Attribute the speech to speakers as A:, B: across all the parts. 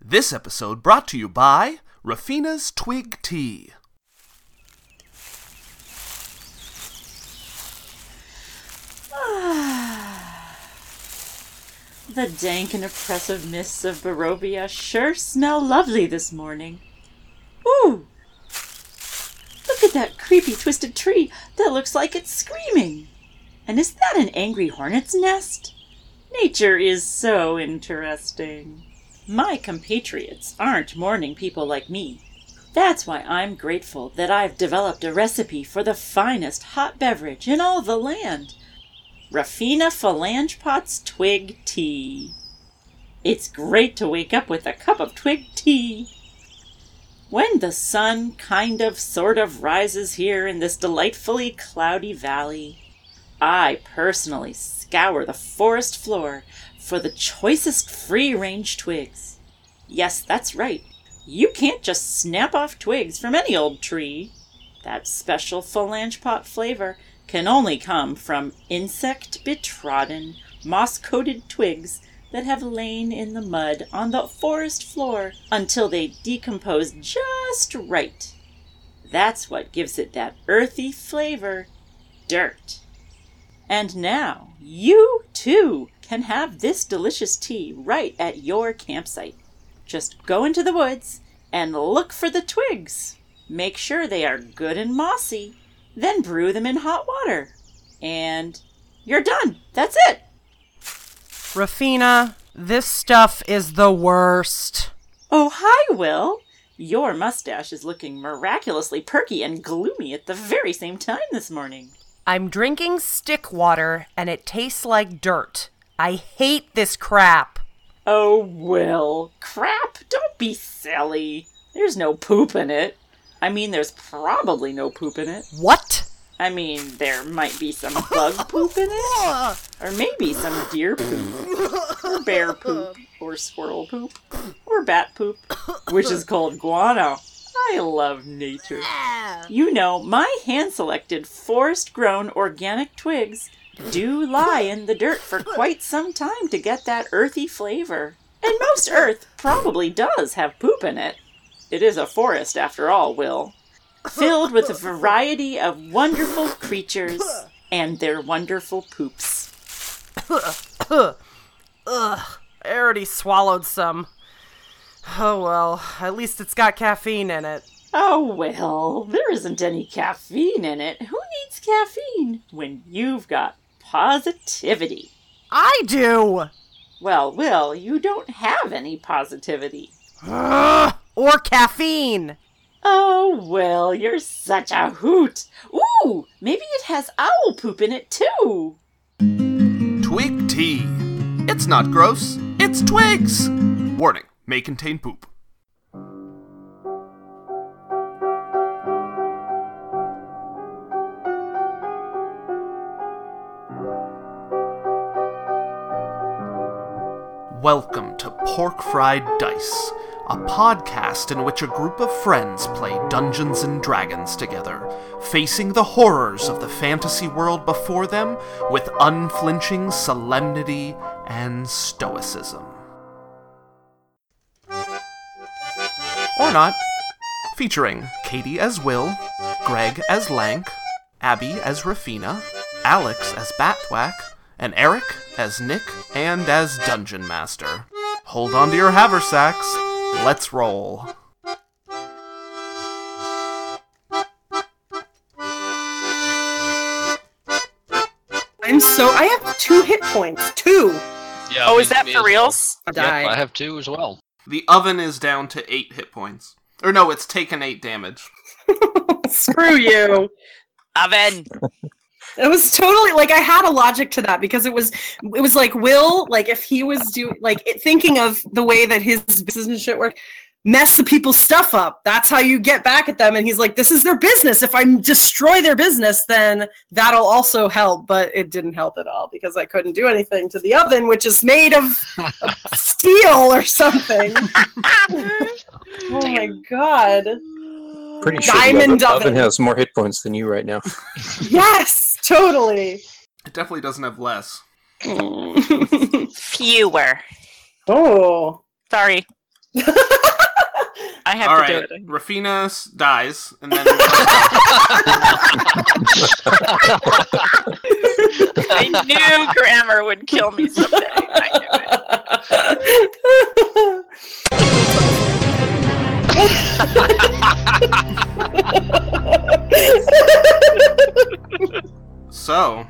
A: This episode brought to you by Rafina's Twig Tea.
B: The dank and oppressive mists of Barovia sure smell lovely this morning. Ooh! Look at that creepy twisted tree that looks like it's screaming! And is that an angry hornet's nest? Nature is so interesting. My compatriots aren't morning people like me. That's why I'm grateful that I've developed a recipe for the finest hot beverage in all the land. Rafina Phalangepot's Twig Tea. It's great to wake up with a cup of twig tea. When the sun kind of sort of rises here in this delightfully cloudy valley, I personally scour the forest floor for the choicest free range twigs. Yes, that's right. You can't just snap off twigs from any old tree. That special phalangepot flavor can only come from insect betrodden, moss coated twigs that have lain in the mud on the forest floor until they decompose just right. That's what gives it that earthy flavor dirt. And now you too can have this delicious tea right at your campsite. Just go into the woods and look for the twigs. Make sure they are good and mossy, then brew them in hot water. And you're done. That's it.
C: Rafina, this stuff is the worst.
B: Oh, hi, Will. Your mustache is looking miraculously perky and gloomy at the very same time this morning.
C: I'm drinking stick water and it tastes like dirt. I hate this crap.
B: Oh, Will. Crap, don't be silly. There's no poop in it. I mean, there's probably no poop in it.
C: What?
B: I mean, there might be some bug poop in it, or maybe some deer poop, or bear poop, or squirrel poop, or bat poop, which is called guano. I love nature. You know, my hand selected forest grown organic twigs do lie in the dirt for quite some time to get that earthy flavor. And most earth probably does have poop in it. It is a forest, after all, Will filled with a variety of wonderful creatures and their wonderful poops.
C: I already swallowed some. Oh well, at least it's got caffeine in it.
B: Oh, well, there isn't any caffeine in it. Who needs caffeine when you've got positivity?
C: I do!
B: Well, Will, you don't have any positivity.
C: Ugh, or caffeine!
B: Oh, Will, you're such a hoot. Ooh, maybe it has owl poop in it, too.
A: Twig Tea. It's not gross, it's twigs. Warning may contain poop. Welcome to Pork Fried Dice, a podcast in which a group of friends play Dungeons and Dragons together, facing the horrors of the fantasy world before them with unflinching solemnity and stoicism. Or not. Featuring Katie as Will, Greg as Lank, Abby as Rafina, Alex as Batthwack, and Eric as Nick and as Dungeon Master. Hold on to your haversacks. Let's roll.
D: I'm so I have two hit points. Two.
E: Yeah.
F: Oh,
E: me-
F: is that
E: me
F: for
E: as
F: reals?
D: I
E: well.
D: die.
E: Yep, I have two as well.
A: The oven is down to 8 hit points. Or no, it's taken 8 damage.
D: Screw you.
F: Oven.
D: It was totally like I had a logic to that because it was it was like Will like if he was doing like it, thinking of the way that his business and shit work mess the people's stuff up. That's how you get back at them. And he's like, this is their business. If I destroy their business, then that'll also help. But it didn't help at all because I couldn't do anything to the oven, which is made of, of steel or something. oh my god.
G: Pretty sure
D: Diamond
G: the oven,
D: oven.
G: oven has more hit points than you right now.
D: Yes, totally.
A: It definitely doesn't have less.
D: oh,
F: Fewer. Sorry.
E: I have
A: All
E: to
A: right,
E: do it.
A: Rafina s- dies, and then
E: I knew grammar would kill me someday. I knew it.
A: so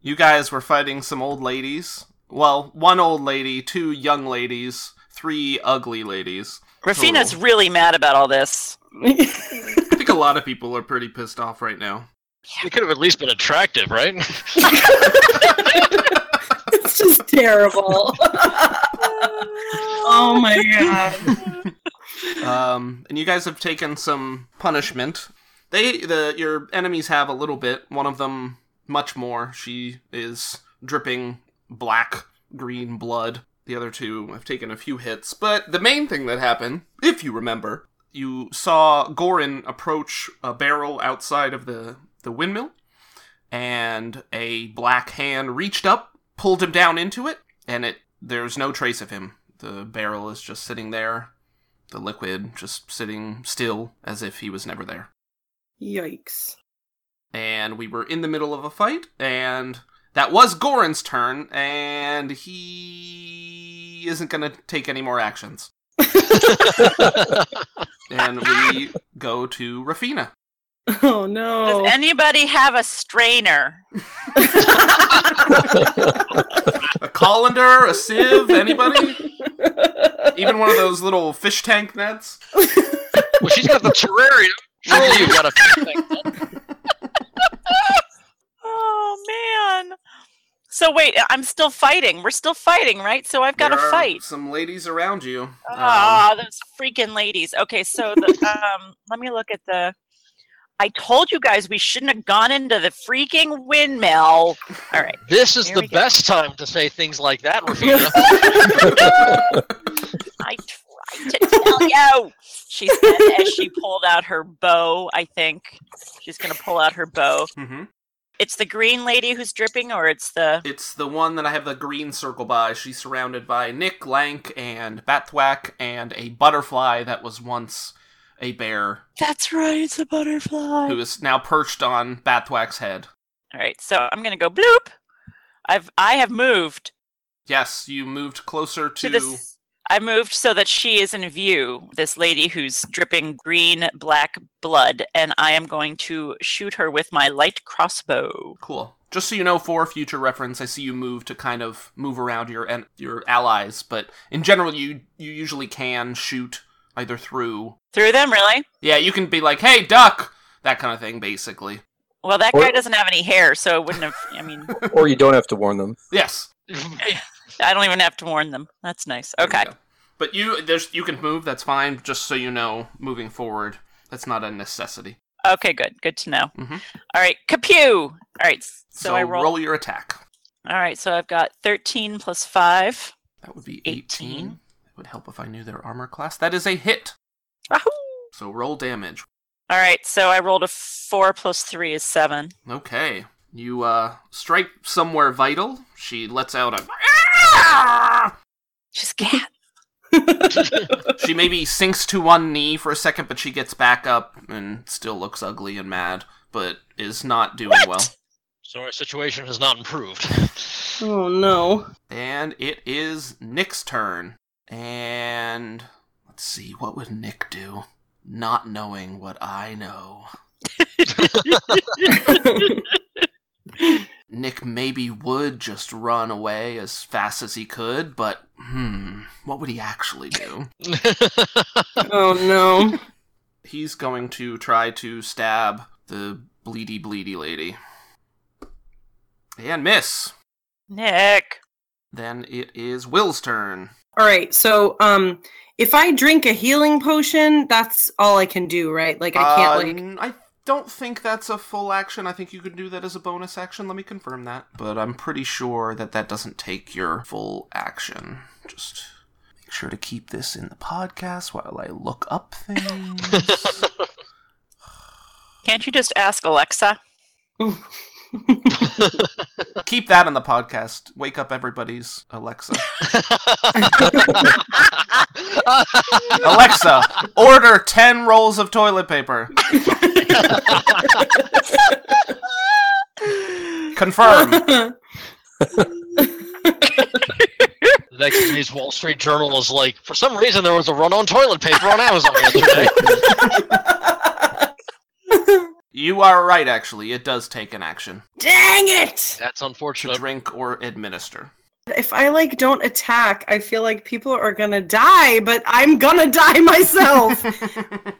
A: you guys were fighting some old ladies. Well, one old lady, two young ladies, three ugly ladies.
E: Rafina's really mad about all this.
A: I think a lot of people are pretty pissed off right now.
F: You could have at least been attractive, right?
D: it's just terrible. oh my god.
A: Um, and you guys have taken some punishment. They, the your enemies have a little bit. One of them much more. She is dripping black green blood. The other two have taken a few hits. But the main thing that happened, if you remember, you saw Gorin approach a barrel outside of the the windmill, and a black hand reached up, pulled him down into it, and it there's no trace of him. The barrel is just sitting there the liquid just sitting still as if he was never there.
D: Yikes.
A: And we were in the middle of a fight, and that was Goran's turn, and he isn't going to take any more actions. And we go to Rafina.
D: Oh no.
E: Does anybody have a strainer?
A: A colander, a sieve, anybody? Even one of those little fish tank nets?
F: well, she's got the terrarium. Surely you got a fish tank.
E: Oh man. So wait, I'm still fighting. We're still fighting, right? So I've got to
A: There are
E: fight.
A: Some ladies around you. Um,
E: Ah, those freaking ladies. Okay, so the, um, let me look at the. I told you guys we shouldn't have gone into the freaking windmill. All right.
F: This is
E: Here
F: the
E: we go.
F: best time to say things like that, Rafina.
E: I tried to tell you. She said as she pulled out her bow, I think. She's going to pull out her bow.
A: mhm.
E: It's the green lady who's dripping, or it's the.
A: It's the one that I have the green circle by. She's surrounded by Nick, Lank, and Batthwack, and a butterfly that was once a bear,
E: That's right, it's a butterfly.
A: who is now perched on Bathwack's head.
E: All right, so I'm going to go bloop. I've I have moved
A: Yes, you moved closer to.
E: to this. I moved so that she is in view, this lady who's dripping green black blood, and I am going to shoot her with my light crossbow.
A: Cool. Just so you know, for future reference, I see you move to kind of move around your and your allies, but in general, you you usually can shoot either through.
E: Through them, really?
A: Yeah, you can be like, "Hey, duck," that kind of thing, basically.
E: Well, that
G: Or-
E: guy doesn't have any hair, so it wouldn't have. I mean,
G: or you don't have to warn them.
A: Yes.
E: I don't even have to warn them. That's nice.
A: There you
E: Okay.
A: go. But you there's you can move, that's fine, just so you know moving forward. That's not a necessity.
E: Okay, good. Good to know.
A: Mhm.
E: All right. Kapew. All right. s- So,
A: So,
E: I roll.
A: your attack.
E: All right. So I've got 13 plus 5.
A: That would be 18.
E: 18.
A: It would help if I knew their armor class. That is a hit.
E: Wahoo!
A: So roll damage.
E: All right. So I rolled a 4 plus 3 is 7.
A: Okay. You uh strike somewhere vital. She lets out a
E: She's cat.
A: She maybe sinks to one knee for a second, but she gets back up and still looks ugly and mad, but is not doing
E: What?
A: well.
F: so our situation has not improved.
D: oh no.
A: And it is Nick's turn. And let's see, what would Nick do? Not knowing what I know. Nick maybe would just run away as fast as he could, but hmm, what would he actually do?
D: Oh no.
A: He's going to try to stab the bleedy, bleedy lady. And miss.
E: Nick.
A: Then it is Will's turn.
D: All right. So, um, if I drink a healing potion, that's all I can do, right? Like I can't like.
A: Uh, I don't think that's a full action. I think you can do that as a bonus action. Let me confirm that. But I'm pretty sure that that doesn't take your full action. Just make sure to keep this in the podcast while I look up things.
E: Can't you just ask Alexa?
A: Keep that on the podcast. Wake up everybody's Alexa. Alexa, order 10 rolls of toilet paper. Confirm.
F: The next day's Wall Street Journal is like, for some reason there was a run on toilet paper on Amazon yesterday.
A: You are right, actually. It does take an action
D: Dang it!
F: That's
A: to
F: unfortunate.
A: drink or administer.
D: If I like don't attack, I feel like people are gonna die, but I'm gonna die myself.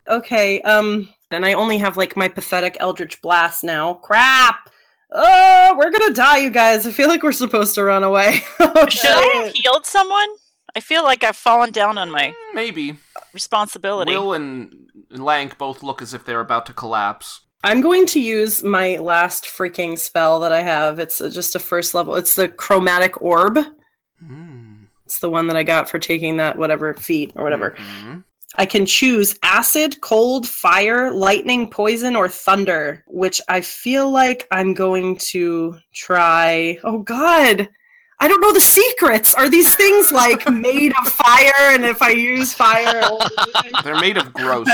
D: okay, um and I only have like my pathetic Eldritch Blast now. Crap! Oh, we're gonna die, you guys. I feel like we're supposed to run away. Oh,
E: Should I have healed someone? I feel like I've fallen down on my
A: Maybe.
E: responsibility.
A: Will and Lank both look as if they're about to collapse.
D: I'm going to use my last freaking spell that I have. It's uh, just a first level. It's the chromatic orb.
A: Mm.
D: It's the one that I got for taking that whatever feat or whatever.
A: Mhm.
D: I can choose acid, cold, fire, lightning, poison, or thunder, which I feel like I'm going to try. Oh God. I don't know the secrets. Are these things like made of fire? And if I use fire,
A: They're made of gross.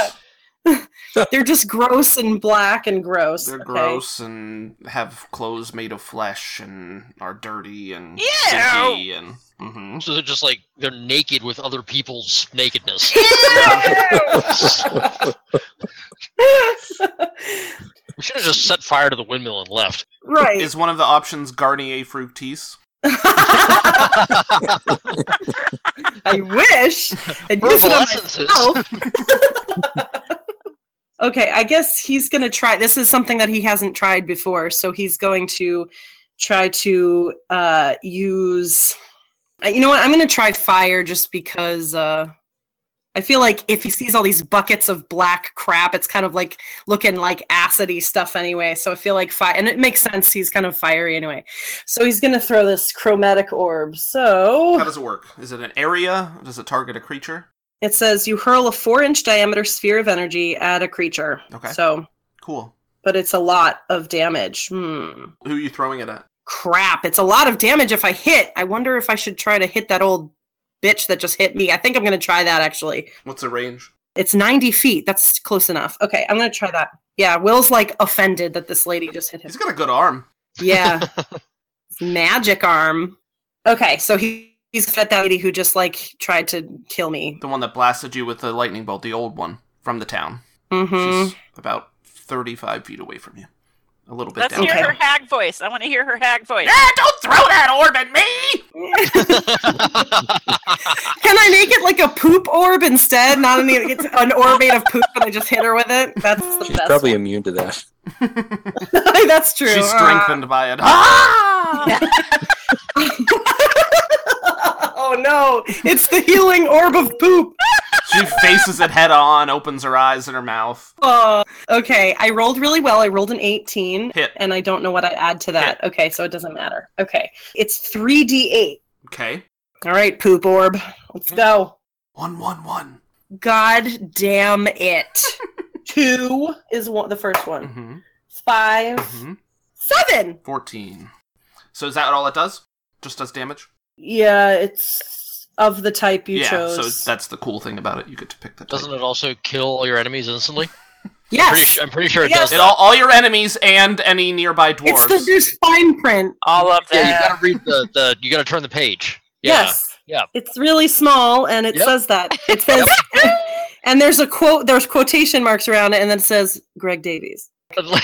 D: they're just gross and black and gross.
A: They're
D: okay?
A: gross and have clothes made of flesh and are dirty and
E: Ew!
A: stinky and. hmm
F: So they're just like, they're naked with other people's nakedness. we should have just set fire to the windmill and left.
D: right.
A: Is one of the options Garnier Fructis?
D: I wish. I'd use it
F: Verbal
D: on
F: essences.
D: myself. Oh. okay, I guess he's going to try. This is something that he hasn't tried before, so he's going to try to uh, use. uh, You know what? I'm going to try fire just because. Uh, I feel like if he sees all these buckets of black crap, it's kind of like looking like acidy stuff anyway. So I feel like fire, and it makes sense. He's kind of fiery anyway. So he's gonna throw this chromatic orb. So
A: How does it work? Is it an area? Does it target a creature?
D: It says you hurl a four inch diameter sphere of energy at a creature.
A: Okay.
D: So,
A: Cool.
D: but it's a lot of damage. Hmm.
A: Who are you throwing it at?
D: Crap. It's a lot of damage if I hit. I wonder if I should try to hit that old bitch that just hit me. I think I'm going to try that actually.
A: What's the range?
D: It's 90 feet. That's close enough. Okay. I'm going to try that. Yeah. Will's like offended that this lady just hit him.
A: He's got a good arm.
D: Yeah. Magic arm. Okay. So he. He's at that lady who just like tried to kill me.
A: The one that blasted you with the lightning bolt, the old one from the town.
D: Mm-hmm.
A: She's about 35 feet away from you. A little bit
E: Let's
A: down.
E: hear
D: Okay.
E: her hag voice. I want to hear her hag voice.
A: Ah, don't throw that orb at me!
D: Can I make it like a poop orb instead? Not an, it's an orb made of poop, and I just hit her with it. That's the
G: She's
D: best.
G: probably immune to that.
D: one. That's true.
A: She's
D: Ah.
A: strengthened by it. Ah!
D: oh no! It's the healing orb of poop.
A: She faces it head on, opens her eyes and her mouth.
D: Oh. Okay, I rolled really well. I rolled an eighteen,
A: Hit.
D: and I don't know what I add to that. Okay, so it doesn't matter. Okay, it's three d eight.
A: Okay.
D: All right, poop orb. Let's go.
A: One, one, one.
D: God damn it! Two is one, the first one.
A: Mm-hmm.
D: Five,
A: Mm-hmm.
D: seven.
A: 14. So is that all it does? Just does damage?
D: Yeah, it's of the type you
A: yeah,
D: chose.
A: so that's the cool thing about it. You get to pick the type.
F: Doesn't it also kill all your enemies instantly?
D: yes,
F: Pretty su- I'm pretty sure it
D: Yes.
F: does.
A: It all, all your enemies and any nearby
D: it's
A: dwarves.
D: the there's fine print.
E: All of
F: Yeah, you
E: that.
F: gotta read the, the you gotta turn the page. Yeah.
D: Yes,
F: yeah.
D: it's really small, and it
F: Yep.
D: says that it says, and there's a quote. There's quotation marks around it, and then it says Greg Davies.
F: I,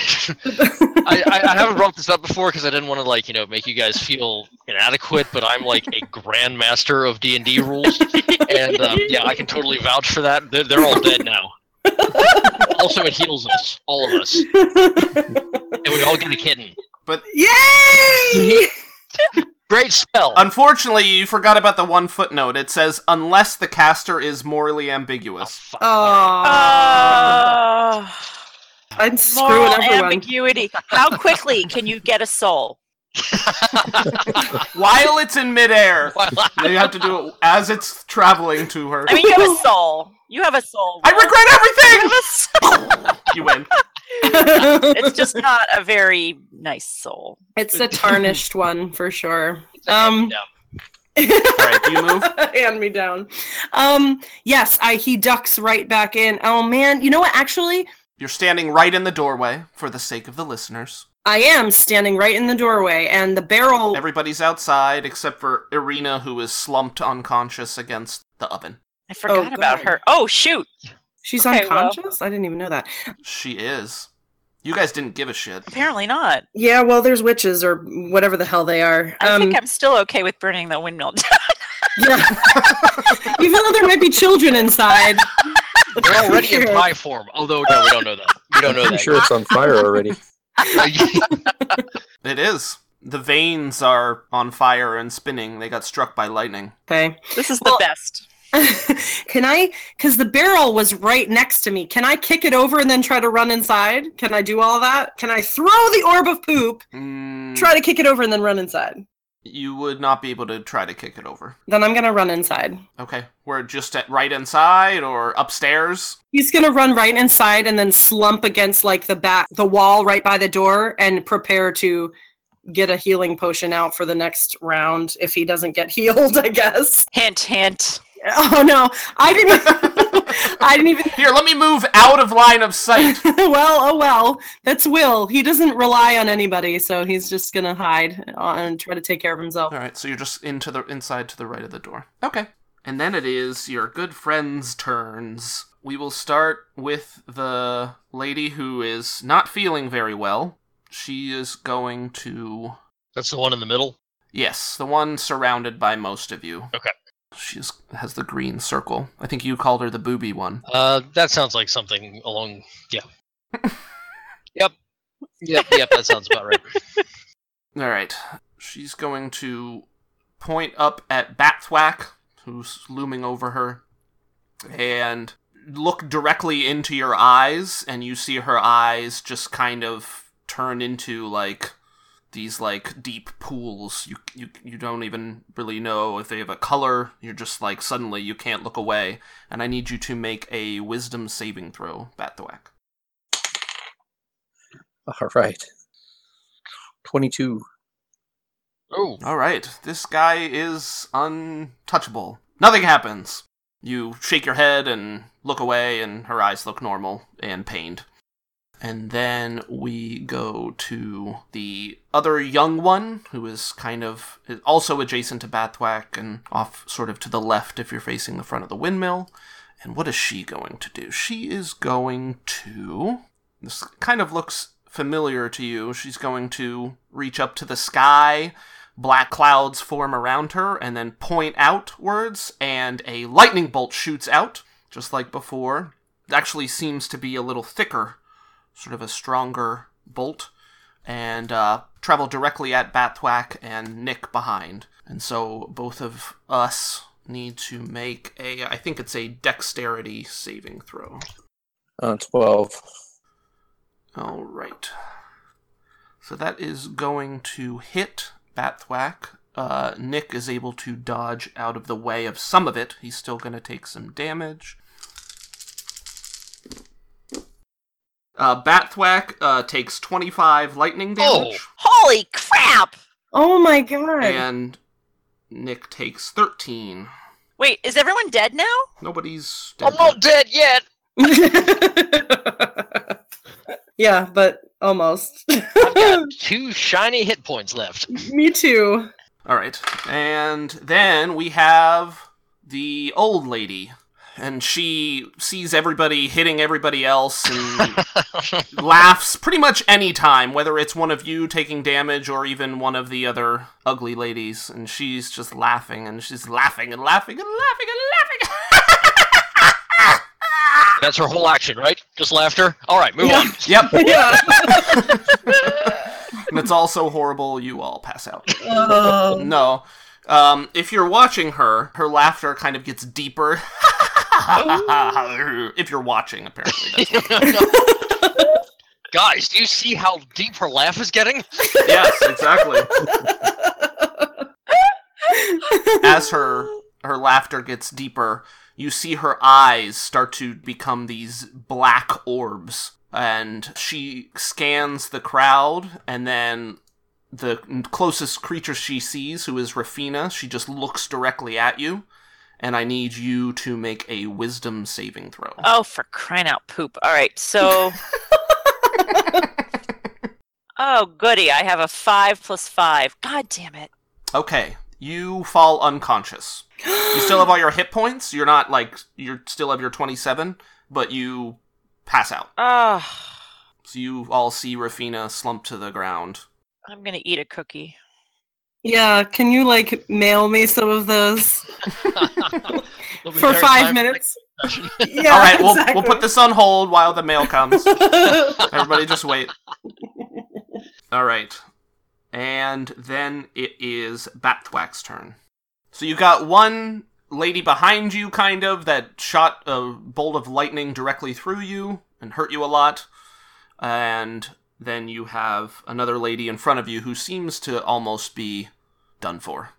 F: I, I haven't brought this up before because I didn't want to like you know make you guys feel inadequate, but I'm like a grandmaster of D and D rules, and um, yeah, I can totally vouch for that. They're, they're all dead now. also, it heals us, all of us, and we all get a kitten.
D: Yay!
F: Great spell.
A: Unfortunately, you forgot about the one footnote. It says, unless the caster is morally
F: Oh,
A: ambiguous.
F: fuck.
D: Uh,
E: Oh,
D: I'm screwing
E: moral
D: everyone.
E: ambiguity. How quickly can you get a soul?
A: Oh, While it's in midair,
F: Well,
A: you have to do it as it's traveling to her.
E: I mean, you have a soul. You have a soul.
A: I
E: Will.
A: regret
E: You
A: everything!
E: have a soul.
A: You win.
E: it's just not a very nice soul.
D: It's a tarnished one for sure. Um,
F: Yeah.
A: All right, you move.
D: hand me down. Um, yes, I he ducks right back in. Oh man, you know what? Actually,
A: You're standing right in the doorway for the sake of the listeners.
D: I am standing right in the doorway, and the barrel.
A: Everybody's outside except for Irina, who is slumped unconscious against the oven.
E: I forgot about
D: God.
E: her. Oh shoot!
D: she's
E: okay, well.
D: unconscious. I didn't even know that.
A: She is. You guys didn't give a shit.
E: Apparently not.
D: Yeah, well, there's witches or whatever the hell they are. Um,
E: I think I'm still okay with burning the windmill. down.
D: yeah. even though there might be children inside.
F: They're already in pie form, although no, we don't know that. We don't know
G: I'm
F: that.
G: sure it's on fire already.
A: It is. The veins are on fire and spinning. They got struck by lightning.
D: Okay.
E: this is
D: Well-
E: the best.
D: can I? Because the barrel was right next to me. Can I kick it over and then try to run inside? Can I do all that? Can I throw the orb of poop,
A: Mm,
D: try to kick it over, and then run inside?
A: you would not be able to try to kick it over.
D: Then I'm gonna run inside.
A: Okay, we're just at right inside or upstairs.
D: He's gonna run right inside and then slump against like the back, the wall right by the door, and prepare to get a healing potion out for the next round if he doesn't get healed. I guess.
E: Hint, hint.
D: Oh no, I didn't. I didn't even
A: Here, let me move out of line of sight.
D: well, oh well. That's Will. He doesn't rely on anybody, so he's just gonna hide uh, and try to take care of himself.
A: All right, so you're just into the inside to the right of the door. Okay. And then it is your good friend's turns. We will start with the lady who is not feeling very well. She is going to
F: That's the one in the middle.
A: Yes, the one surrounded by most of you.
F: Okay.
A: She's has the green circle. I think you called her the booby one.
F: Uh, that sounds like something along. Yeah. yep. Yep. Yep. That sounds about right.
A: All right. She's going to point up at Batthwack, who's looming over her, and look directly into your eyes, and you see her eyes just kind of turn into like these like deep pools. You you you don't even really know if they have a color. You're just like suddenly you can't look away, and I need you to make a wisdom saving throw, Batthwack.
G: All right. 22.
F: Oh,
A: All right, this guy is untouchable. Nothing happens. You shake your head and look away, and her eyes look normal and pained. And then we go to the other young one, who is kind of also adjacent to Bathwack and off sort of to the left if you're facing the front of the windmill. And what is she going to do? She is going to. This kind of looks familiar to you. She's going to reach up to the sky black clouds form around her and then point outwards and a lightning bolt shoots out just like before it actually seems to be a little thicker sort of a stronger bolt and uh, travel directly at batthwack and nick behind and so both of us need to make a i think it's a dexterity saving throw
G: Uh, 12.
A: all right. So that is going to hit Batthwack. Uh, Nick is able to dodge out of the way of some of it. He's still going to take some damage. Uh, Batthwack uh, takes 25 lightning damage,
E: Holy crap!
D: Oh my god!
A: and Nick takes 13.
E: Wait, is everyone dead now?
A: Nobody's dead.
F: I'm not dead yet.
D: yeah, but almost.
F: I've got two shiny hit points left.
D: me too.
A: All right. And then we have the old lady. And she sees everybody hitting everybody else and laughs pretty much any time, whether it's one of you taking damage or even one of the other ugly ladies. And she's just laughing and she's laughing and laughing and laughing and laughing.
F: That's her whole action, right? Just laughter. All right, move on.
A: yep.
D: Yeah.
A: And it's all so horrible, you all pass out.
D: Um,
A: No. Um, if you're watching her, her laughter kind of gets deeper. if you're watching, apparently. That's
F: Guys, do you see how deep her laugh is getting?
A: yes, exactly. As her her laughter gets deeper, you see her eyes start to become these black orbs and she scans the crowd and then the closest creature she sees who is Rafina she just looks directly at you and I need you to make a wisdom saving throw.
E: Oh, for crying out poop. All right, so. oh, goody. I have a five plus five. God damn it.
A: Okay, you fall unconscious. You still have all your hit points. You're not like you still have your 27, but you pass out.
E: Oh,
A: So you all see Rafina slump to the ground.
E: I'm going to eat a cookie.
D: Yeah, can you like mail me some of those
F: The
D: for
F: entire
D: five
F: time-
D: minutes? yeah,
A: all right, we'll we'll put this on hold while the mail comes. Everybody just wait. All right. And then it is Batthwack's turn. So you got one lady behind you, kind of, that shot a bolt of lightning directly through you and hurt you a lot. And then you have another lady in front of you who seems to almost be done for.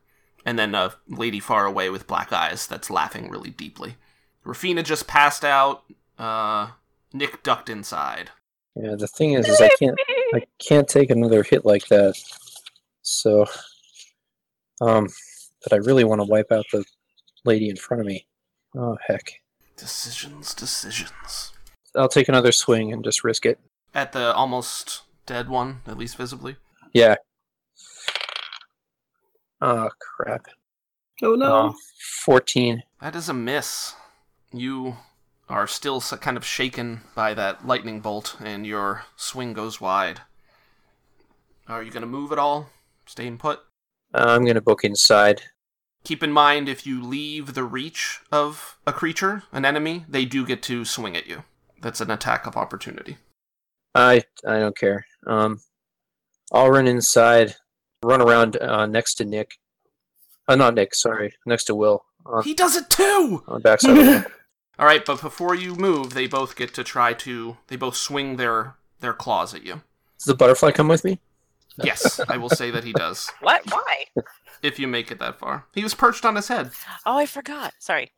A: And then a lady far away with black eyes that's laughing really deeply. Rafina just passed out. Uh, Nick ducked inside.
G: Yeah, the thing is, is I can't I can't take another hit like that. So, um, but I really want to wipe out the lady in front of me. Oh heck!
A: Decisions, decisions.
G: I'll take another swing and just risk it.
A: At the almost dead one, at least visibly.
G: Oh crap!
D: Oh no.
G: Uh, Fourteen.
A: That is a miss. You are still s- kind of shaken by that lightning bolt, and your swing goes wide. Are you going to move at all? Stay in put?
G: Uh, I'm gonna book inside.
A: Keep in mind if you leave the reach of a creature, an enemy, they do get to swing at you. That's an attack of opportunity.
G: I I don't care. Um, I'll run inside, run around uh, next to Nick. Uh, not Nick, sorry, next to Will on,
A: He does it too!
G: on the backside. of Will.
A: All right, but before you move, they both get to try to. They both swing their their claws at you.
G: Does the butterfly come with me?
A: Yes, I will say that he does.
E: What? Why?
A: If you make it that far, he was perched on his head.
E: Oh, I forgot. Sorry.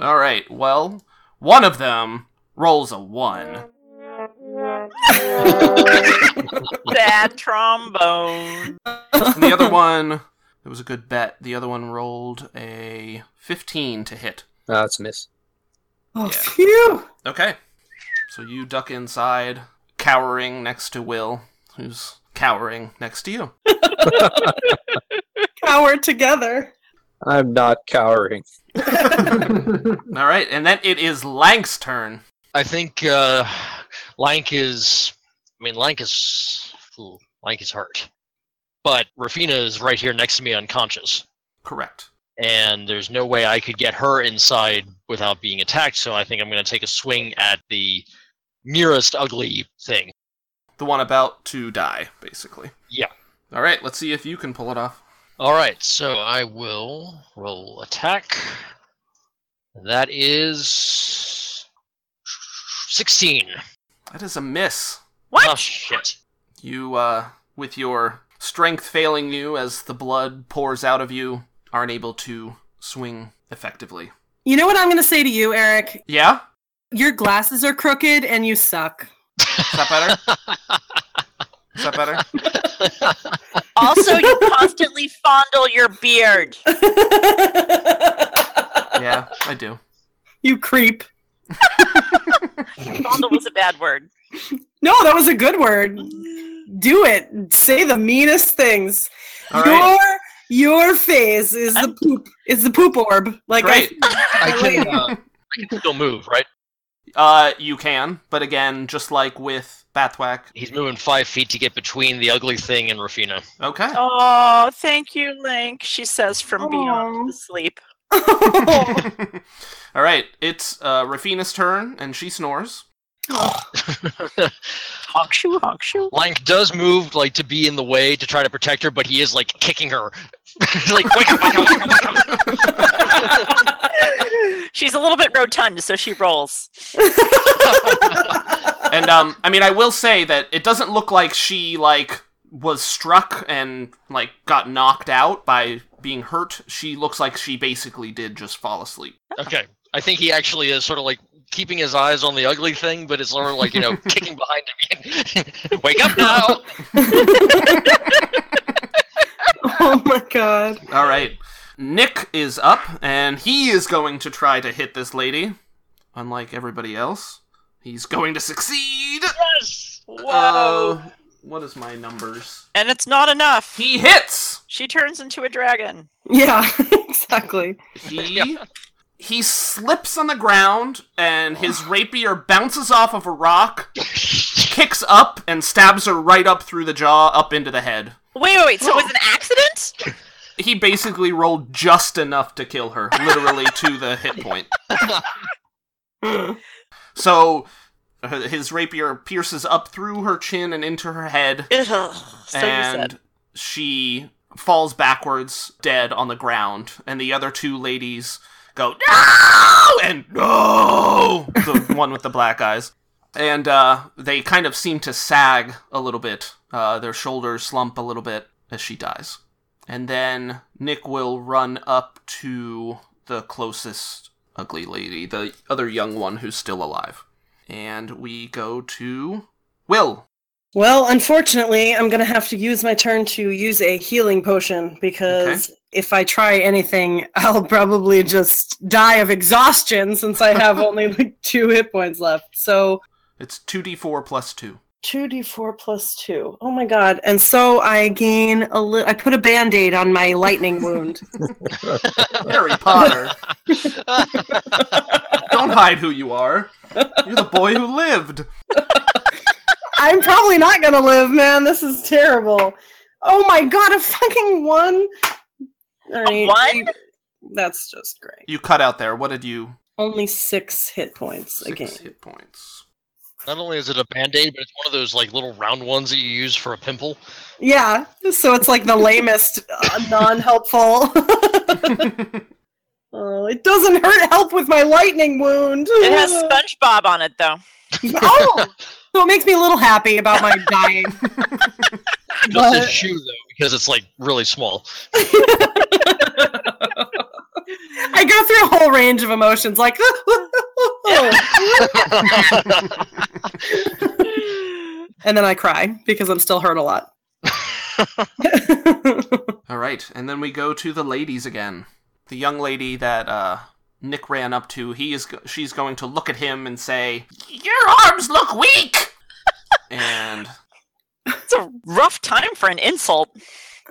A: All right. Well, one of them rolls a one.
E: Bad trombone.
A: And the other one, it was a good bet. The other one rolled a fifteen to hit.
G: No, Ah, it's a miss.
D: oh
A: yeah.
D: phew.
A: Okay. So you duck inside, cowering next to Will, who's cowering next to you.
D: Power together.
G: I'm not cowering.
A: All right, and then it is Lank's turn.
F: I think uh, Lank is. I mean, Lank is. Ooh, Lank is hurt. But Rafina is right here next to me, unconscious,
A: Correct.
F: and there's no way I could get her inside without being attacked. So I think I'm going to take a swing at the nearest ugly thing.
A: The one about to die, basically.
F: Yeah.
A: All right, let's see if you can pull it off.
F: All right, so I will roll attack. That is sixteen.
A: That is a miss.
E: What?
F: Oh shit!
A: You, uh, with your strength failing you as the blood pours out of you, aren't able to swing effectively.
D: You know what I'm gonna say to you, Eric?
A: Yeah?
D: Your glasses are crooked and you suck.
A: Is that better? is that better?
E: Also, you constantly fondle your beard.
A: Yeah, I do.
D: you creep.
E: Fondle was a bad word.
D: No, that was a good word. Do it. Say the meanest things.
A: All right.
D: Your your face is the poop is the poop orb. Like
A: Great.
F: I can, uh, I can still move, right?
A: Uh, you can, but again, just like with Bathwack.
F: He's moving five feet to get between the ugly thing and Rafina.
A: Okay.
E: Oh, thank you, Link, she says from
D: Aw.
E: beyond the sleep.
D: I,
A: All right, it's uh, Rafina's turn, and she snores.
E: Honk shoo, honk shoo.
F: Lank does move like to be in the way to try to protect her, but he is like kicking her. He's like wake up, wake up, wake up, wake up.
E: She's a little bit rotund, so she rolls.
A: and um i mean i will say that it doesn't look like she like was struck and like got knocked out by being hurt she looks like she basically did just fall asleep
F: Okay, I think he actually is sort of like keeping his eyes on the ugly thing, but it's sort of like you know kicking behind him. Wake up now!
D: Oh my god.
A: All right. Nick is up, and he is going to try to hit this lady. Unlike everybody else, he's going to succeed.
E: Yes! Whoa!
A: Uh, what is my numbers?
E: and it's not enough.
A: He hits.
E: She turns into a dragon.
D: Yeah, exactly.
A: He he slips on the ground, and his rapier bounces off of a rock, kicks up, and stabs her right up through the jaw, up into the head.
E: Wait, wait, wait. So it was an accident?
A: He basically rolled just enough to kill her, literally to the hit point. So uh, his rapier pierces up through her chin and into her head,
E: Ugh, so you
A: and
E: said.
A: she falls backwards, dead on the ground. And the other two ladies go no and no, the one with the black eyes, and uh, they kind of seem to sag a little bit. Uh, their shoulders slump a little bit as she dies. And then Nick will run up to the closest ugly lady, the other young one who's still alive. And we go to Will.
D: Well, unfortunately, I'm going to have to use my turn to use a healing potion because if I try anything, I'll probably just die of exhaustion since I have only like two hit points left. So
A: It's 2d4 plus 2.
D: 2d4 plus 2. Oh my god. And so I gain a little, I put a band aid on my lightning wound.
A: Harry Potter. Don't hide who you are. You're the boy who lived.
D: I'm probably not going to live, man. This is terrible. Oh my god, a fucking one. All right,
E: one?
D: you- That's just great.
A: You cut out there. What did you?
D: Only six hit points a game.
A: Six hit points.
F: Not only is it a band aid, but it's one of those like little round ones that you use for a pimple.
D: Yeah, so it's like the lamest, uh, non-helpful. oh, it doesn't hurt. Help with my lightning wound.
E: It has SpongeBob on it, though.
D: oh, so it makes me a little happy about my dying.
F: Just his
D: But-
F: shoe though, because it's like really small.
D: I go through a whole range of emotions, like. and then I cry because I'm still hurt a lot.
A: All right, and then we go to the ladies again. The young lady that uh, Nick ran up to, he is. go- She's going to look at him and say, "Your arms look weak." and
E: It's a rough time for an insult.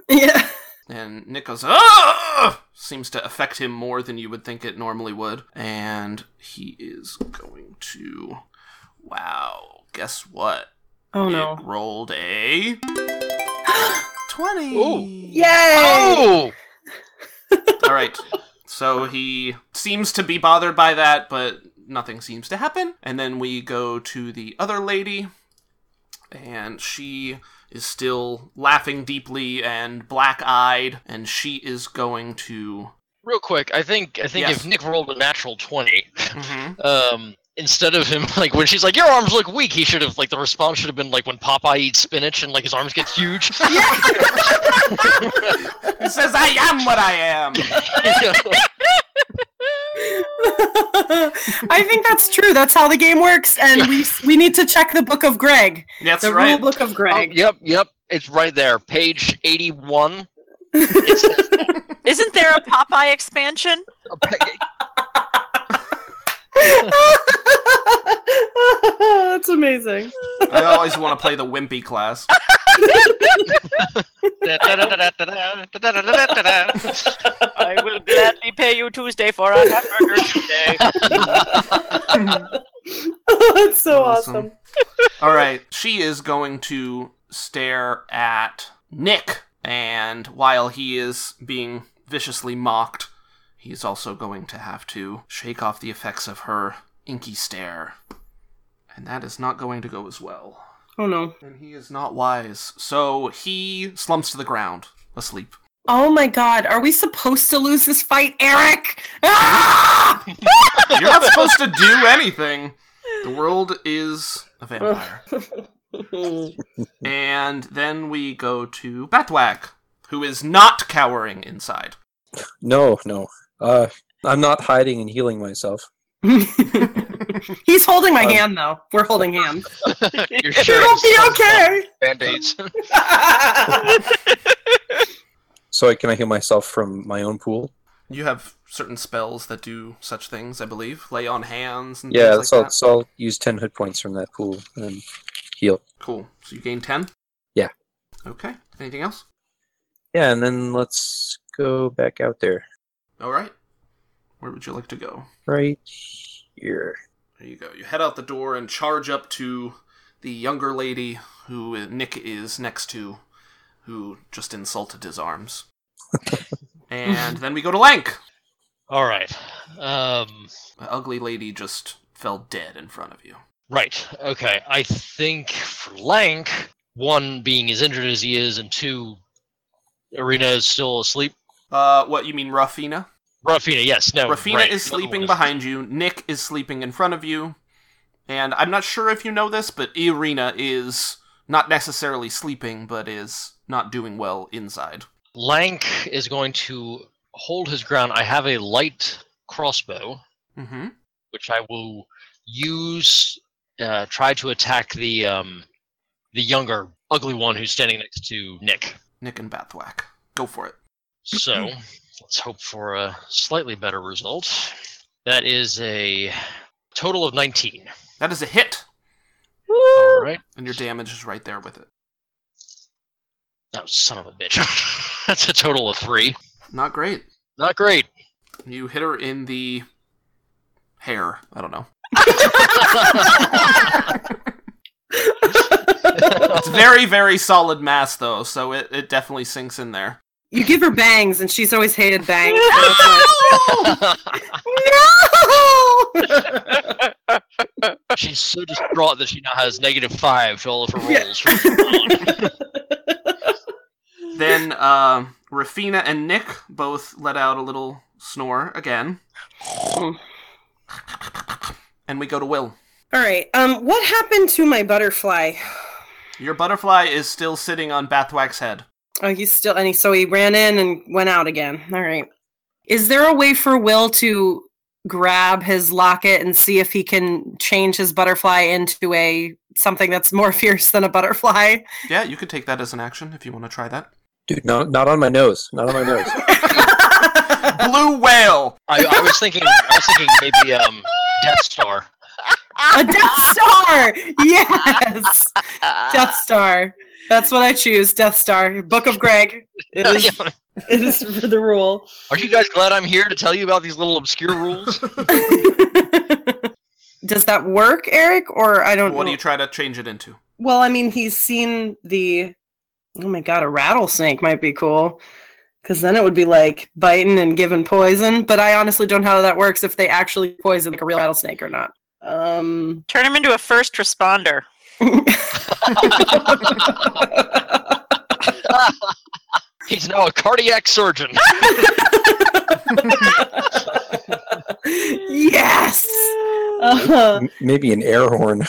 D: yeah.
A: And Nick goes, Ugh! seems to affect him more than you would think it normally would. And he is going to. Wow, guess what?
D: Oh
A: It
D: no.
A: rolled a. 20!
F: Ooh.
D: Yay!
F: Oh,
A: Alright, so he seems to be bothered by that, but nothing seems to happen. And then we go to the other lady, and she is still laughing deeply and black eyed, and she is going to.
F: real quick, I think I think
A: Yes.
F: if Nick rolled a natural twenty,
D: Mm-hmm.
A: Mhm.
F: um, instead of him like when she's like, "Your arms look weak," he should have like the response should have been like when Popeye eats spinach and like his arms get huge.
A: It says, I am what I am.
D: I think that's true. That's how the game works, and we we need to check the book of Greg,
A: That's
D: the
A: right.
D: rule book of
F: Oh,
D: Greg.
F: yep, yep. It's right there, page eighty-one.
E: Isn't there a Popeye expansion?
F: A pa-
D: Oh. that's amazing.
A: I always want to play the wimpy class.
E: I will gladly pay you Tuesday for a hamburger today.
D: that's so awesome.
A: All right. She is going to stare at Nick, and while he is being viciously mocked, he is also going to have to shake off the effects of her inky stare. And that is not going to go as well.
D: Oh no.
A: And he is not wise, so he slumps to the ground, asleep.
D: Oh my god, are we supposed to lose this fight, Eric? Ah!
A: You're not supposed to do anything. The world is a vampire. And then we go to Batwack, who is not cowering inside.
G: No, no. Uh, I'm not hiding and healing myself.
D: He's holding my
G: Um,
D: hand though. We're holding hands.
F: Your
D: It
F: shirt
D: will
F: is
D: be
F: on
D: okay.
F: Band-aids.
G: So I, can I heal myself from my own pool?
A: You have certain spells that do such things, I believe. Lay on hands and
G: Yeah,
A: things
G: so,
A: like
G: I'll, so I'll use 10 hit points from that pool and then heal.
A: that. Cool. So you gain 10?
G: Yeah.
A: Okay. Anything else?
G: Yeah, and then let's go back out there.
A: All right. Where would you like to go?
G: Right here.
A: There you go. You head out the door and charge up to the younger lady who Nick is next to, who just insulted his arms. and then we go to Lank.
F: All right. Um,
A: An ugly lady just fell dead in front of you.
F: right. Okay. I think for Lank, one being as injured as he is, and two, Arena is still asleep.
A: Uh, what you mean, Rafina?
F: Rafina, yes, no.
A: Rafina
F: Oh, right,
A: is
F: the other one
A: sleeping behind you. Nick is sleeping in front of you. And I'm not sure if you know this, but Irina is not necessarily sleeping, but is not doing well inside.
F: Lank is going to hold his ground. I have a light crossbow,
A: Mm-hmm.
F: which I will use. Uh, try to attack the um, the younger, ugly one who's standing next to Nick.
A: Nick and Bathwack. Go for it.
F: So let's hope for a slightly better result. That is a total of 19.
A: That is a hit,
F: All right.
A: and your damage is right there with it.
F: Oh, son of a bitch. That's a total of three.
A: Not great.
F: Not great.
A: You hit her in the hair. I don't know. It's very, very solid mass, though, so it, it definitely sinks in there.
D: You give her bangs, and she's always hated bangs.
F: She's so distraught that she now has negative five to all of her
D: Yeah.
F: rolls.
A: Then uh, Rafina and Nick both let out a little snore again. And we go to Will.
D: All right. Um, what happened to my butterfly?
A: Your butterfly is still sitting on Bathwack's head.
D: Oh, he's still and he so he ran in and went out again. All right. Is there a way for Will to grab his locket and see if he can change his butterfly into a something that's more fierce than a butterfly?
A: Yeah, you could take that as an action if you want to try that.
G: Dude, not, not on my nose. Not on my nose.
A: Blue whale!
F: I, I was thinking, I was thinking maybe um, Death Star.
D: a Death Star. Yes. Death Star. That's what I choose. Death Star. Book of Greg. It is it is for the rule.
F: Are you guys glad I'm here to tell you about these little obscure rules?
D: Does that work, Eric? Or I don't
A: What do
D: know.
A: you try to change it into?
D: Well, I mean, he's seen the. Oh my god, a rattlesnake might be cool. Because then it would be like biting and giving poison. But I honestly don't know how that works if they actually poison like a real rattlesnake or not. Um.
E: Turn him into a first responder.
F: He's now a cardiac surgeon.
D: yes. Uh,
G: M- Maybe an air horn.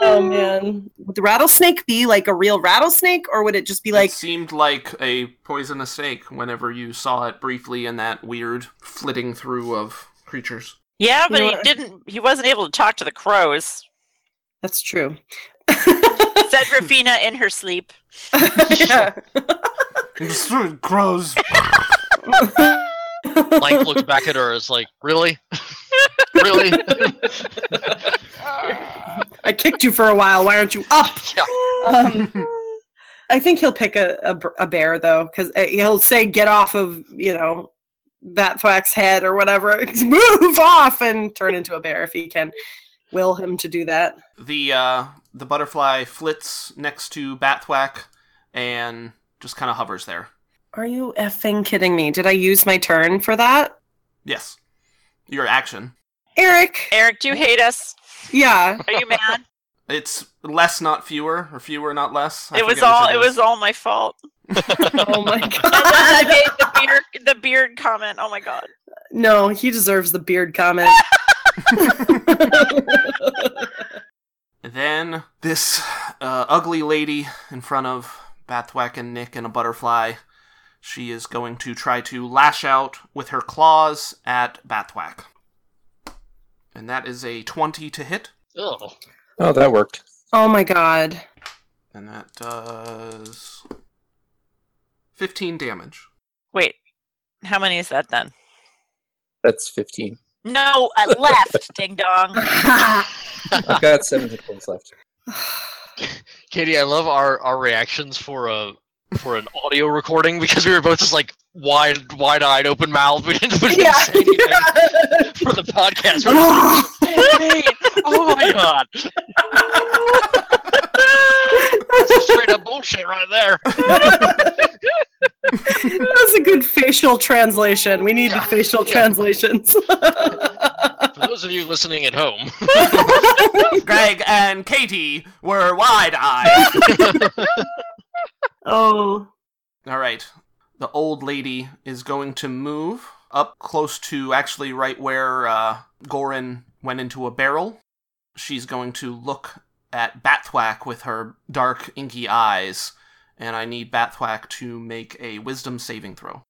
D: oh man. Would the rattlesnake be like a real rattlesnake, or would it just be like
A: it seemed like a poisonous snake whenever you saw it briefly in that weird flitting through of creatures.
E: Yeah, but he
D: Yeah.
E: didn't. He wasn't able to talk to the crows.
D: that's true?
E: Said Rafina in her sleep.
D: Yeah.
A: Grows.
F: Blank looks back at her as like, really, really.
D: I kicked you for a while. Why aren't you up?
F: Yeah.
D: Um, I think he'll pick a, a, b- a bear though, because he'll say, "Get off of you know that thwack's head or whatever. Move off and turn into a bear if he can." Will him to do that.
A: the uh, the butterfly flits next to Batthwack and just kind of hovers there.
D: Are you effing kidding me? Did I use my turn for that,
A: Yes, your action.
D: Eric?
E: Eric, do you hate us?
D: Yeah.
E: Are you mad?
A: It's less, not fewer, or fewer, not less. I
E: it
A: forget
E: was
A: which
E: all. It
A: is.
E: was all my fault.
D: Oh my
E: And then I
D: god.
E: made the beard, the beard comment. Oh my god.
D: No, he deserves the beard comment.
A: Then this uh, ugly lady in front of Bathwack and Nick and a butterfly, She is going to try to lash out with her claws at Bathwack. And that is a 20 to hit.
F: Oh,
G: Oh, that worked.
D: Oh my god.
A: And that does 15 damage.
E: Wait, how many is that then?
G: That's 15.
E: No, I left, ding dong.
G: I've got seven hit points left.
F: Katie, I love our our reactions for a for an audio recording because we were both just like wide wide eyed, open mouthed. We didn't, we didn't say anything for the podcast. We're just like, "Hey, hey, oh my god! That's straight up bullshit right there.
D: That's a good facial translation. We need the facial translations.
F: For those of you listening at home,
A: Greg and Katie were wide eyed.
D: oh.
A: All right. The old lady is going to move up close to actually right where uh, Gorin went into a barrel. She's going to look at Bathwack with her dark, inky eyes, and I need Bathwack to make a wisdom saving throw.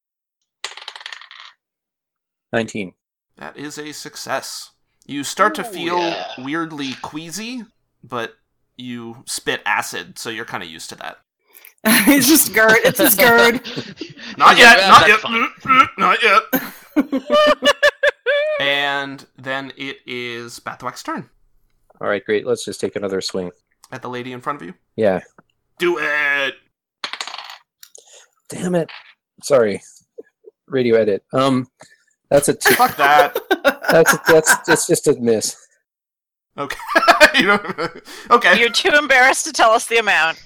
G: 19.
A: That is a success. You start to feel
F: yeah.
A: weirdly queasy, but you spit acid, so you're kind of used to that.
D: it's just GERD. It's just GERD.
A: Not
F: Yeah,
A: yet,
F: that-
A: not
F: that's
A: yet, Mm,
F: fine.
A: not yet. and then it is Bathwack's turn
G: All right, great. Let's just take another swing.
A: at the lady in front of you.
G: Yeah.
A: Do it.
G: Damn it. Sorry. Radio edit. Um, that's a two.
A: Fuck that.
G: That's that's that's just a miss.
A: Okay. You don't- okay.
E: You're too embarrassed to tell us the amount.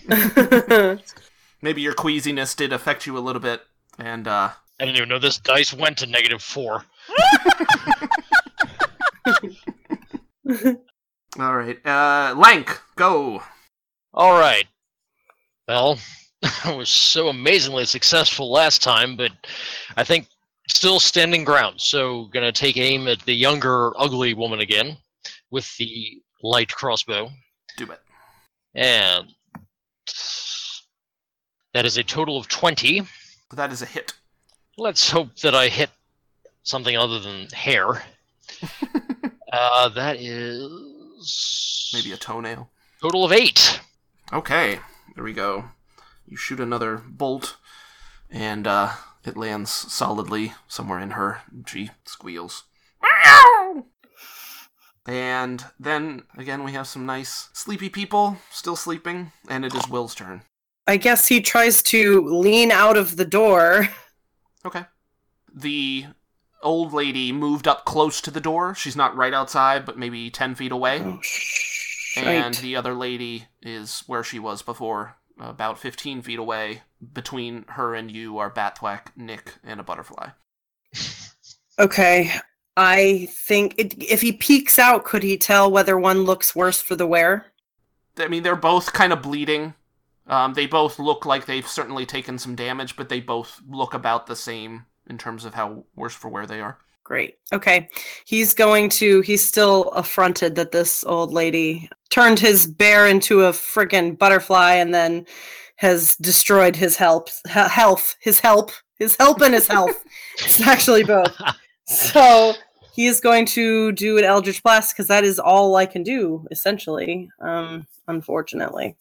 A: Maybe your queasiness did affect you a little bit, and uh,
F: I didn't even know this dice went to negative four.
A: all right. Uh, Lank, go.
F: All right. Well, I was so amazingly successful last time, but I think still standing ground. So, gonna take aim at the younger, ugly woman again with the light crossbow,
A: Do it.
F: and that is a total of twenty.
A: That is a hit.
F: Let's hope that I hit something other than hair. uh, that is
A: Maybe a toenail.
F: total of eight.
A: Okay, there we go. You shoot another bolt, and uh, it lands solidly somewhere in her. She squeals. Meow! And then again, we have some nice sleepy people still sleeping, and it is Will's turn.
D: I guess he tries to lean out of the door.
A: Okay. The old lady moved up close to the door. She's not right outside, but maybe 10 feet away.
D: Oh, shite.
A: And the other lady is where she was before, about 15 feet away. Between her and you are Batthwack, Nick, and a butterfly.
D: Okay. I think it, if he peeks out, could he tell whether one looks worse for the wear?
A: I mean, they're both kind of bleeding. Um, they both look like they've certainly taken some damage, but they both look about the same in terms of how worse for where they are.
D: Great. Okay. He's going to, he's still affronted that this old lady turned his bear into a friggin' butterfly and then has destroyed his help, he- health, his help, his help and his health. it's actually both. So he is going to do an Eldritch Blast because that is all I can do, essentially, um, unfortunately.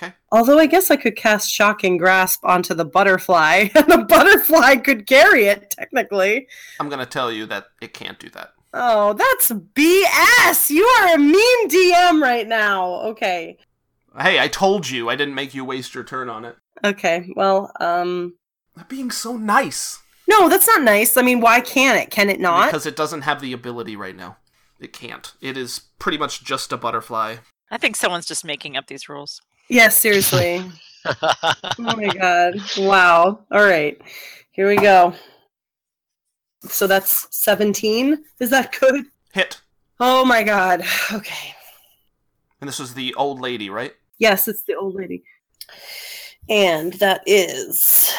A: Okay.
D: Although I guess I could cast Shocking Grasp onto the butterfly, and the butterfly could carry it, technically.
A: I'm going to tell you that it can't do that.
D: Oh, that's BS! You are a mean DM right now. Okay.
A: Hey, I told you. I didn't make you waste your turn on it.
D: Okay. Well, um
A: Being so nice.
D: no, that's not nice. I mean, why can't it? Can it not?
A: Because it doesn't have the ability right now. It can't. It is pretty much just a butterfly.
E: I think someone's just making up these rules.
D: yeah, seriously. oh my god. Wow. All right. Here we go. So that's 17. Is that good?
A: Hit.
D: Oh my god. Okay.
A: And this was the old lady, right?
D: Yes, it's the old lady. And that is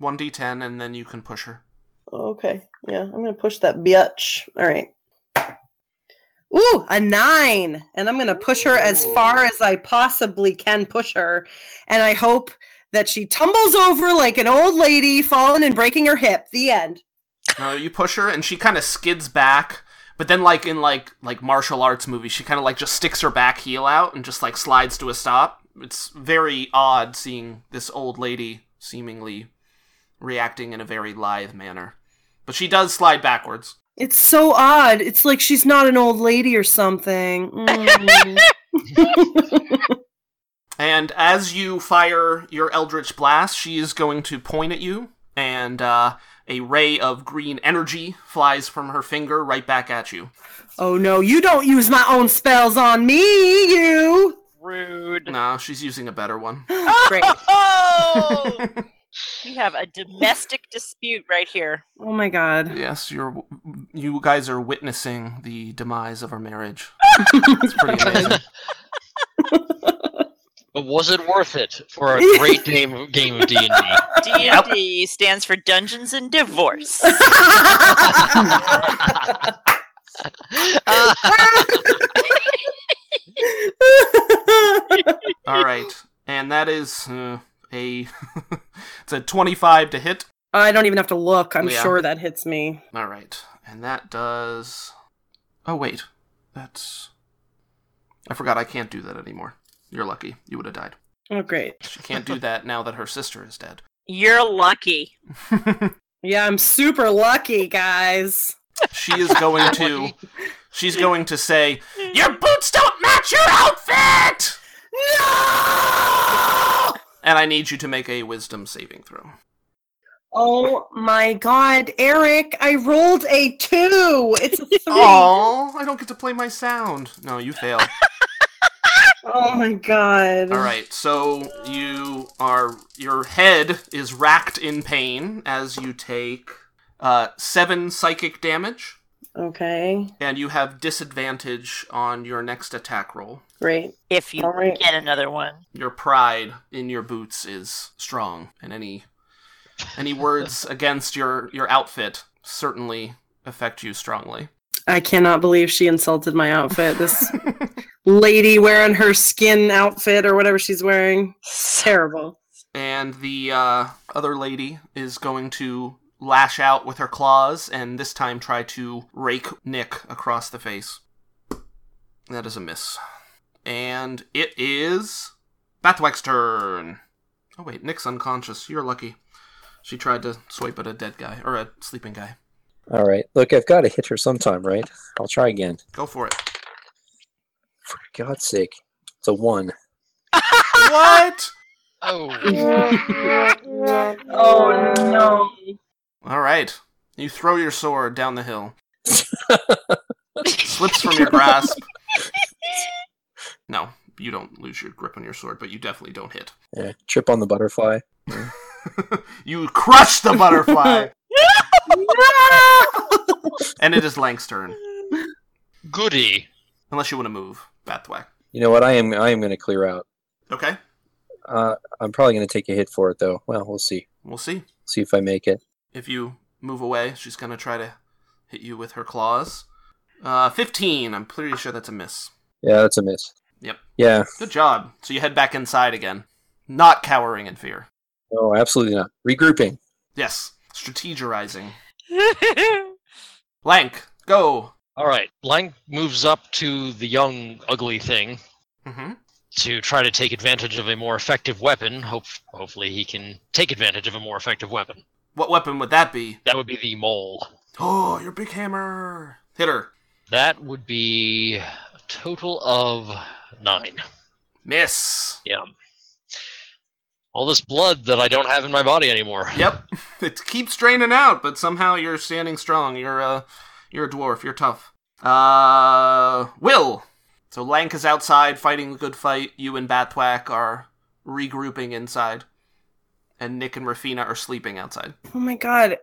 A: 1d10, and then you can push her.
D: Okay. Yeah, I'm gonna push that bitch. All right. Ooh, a nine, and I'm gonna push her as far as I possibly can push her, and I hope that she tumbles over like an old lady falling and breaking her hip. The end.
A: No, you push her and she kind of skids back, but then like in like like martial arts movies, she kind of like just sticks her back heel out and just like slides to a stop. It's very odd seeing this old lady seemingly reacting in a very lithe manner. But she does slide backwards.
D: It's so odd. It's like she's not an old lady or something. Mm.
A: And as you fire your Eldritch Blast, she is going to point at you, and uh, a ray of green energy flies from her finger right back at you.
D: oh no, you don't use my own spells on me, you.
E: Rude.
A: No, she's using a better one.
D: Great.
E: Oh! we have a domestic dispute right here.
D: Oh my god.
A: Yes, you're you guys are witnessing the demise of our marriage. It's pretty amazing.
F: But was it worth it for a great game game of D and D?
E: D&D stands for Dungeons and Divorce.
A: All right, and that is uh, a it's a twenty-five to hit.
D: I don't even have to look. I'm
A: Yeah.
D: sure that hits me.
A: All right, and that does. Oh wait, that's. I forgot I can't do that anymore. You're lucky. You would have died.
D: Oh great.
A: She can't do that now that her sister is dead.
E: You're lucky.
D: Yeah, I'm super lucky, guys.
A: She is going to. She's going to say, "Your boots don't match your outfit."
D: No!
A: And I need you to make a wisdom saving throw.
D: Oh my god, Eric, I rolled a two. It's a three. oh.
A: Oh, I don't get to play my sound. No, you fail.
D: Oh my god.
A: All right, so you are your head is racked in pain as you take uh, seven psychic damage,
D: Okay.
A: and you have disadvantage on your next attack roll.
D: Great.
E: If you
D: All right.
E: get another one.
A: Your pride in your boots is strong, and any any words against your your outfit certainly affect you strongly.
D: I cannot believe she insulted my outfit. This lady wearing her skin outfit or whatever she's wearing. Terrible.
A: and the uh, other lady is going to lash out with her claws and this time try to rake Nick across the face. That is a miss. And it is Bathwack's turn. Oh wait, Nick's unconscious. You're lucky. She tried to swipe at a dead guy or a sleeping guy.
G: All right. Look, I've got to hit her sometime, right? I'll try again.
A: Go for it.
G: For God's sake. It's a one.
A: what?
F: Oh,
D: Oh no.
A: All right. You throw your sword down the hill. Slips from your grasp. No, you don't lose your grip on your sword, but you definitely don't hit.
G: Yeah, trip on the butterfly.
A: you crush the butterfly. and it is Lang's turn.
F: goody!
A: Unless you want to move, Bathwack.
G: You know what? I am I am going to clear out.
A: Okay,
G: Uh, I'm probably going to take a hit for it though. Well, we'll see.
A: we'll see.
G: See if I make it.
A: If you move away, she's going to try to hit you with her claws. Uh, 15. I'm pretty sure that's a miss.
G: Yeah, that's a miss.
A: Yep.
G: Yeah.
A: Good job. So you head back inside again. Not cowering in fear.
G: No, absolutely not. Regrouping.
A: Yes, strategizing. Lank, go.
F: All right, Lang moves up to the young ugly thing
A: Mm-hmm.
F: to try to take advantage of a more effective weapon. Hope, hopefully, he can take advantage of a more effective weapon.
A: What weapon would that be?
F: That would be the mole.
A: Oh, your big hammer. Hit her.
F: That would be a total of nine.
A: Miss.
F: Yeah. All this blood that I don't have in my body anymore.
A: Yep. It keeps draining out, but somehow you're standing strong. You're uh you're a dwarf, you're tough. Uh Will. So Lank is outside fighting the good fight. You and Batthwack are regrouping inside. And Nick and Rafina are sleeping outside.
D: Oh my god.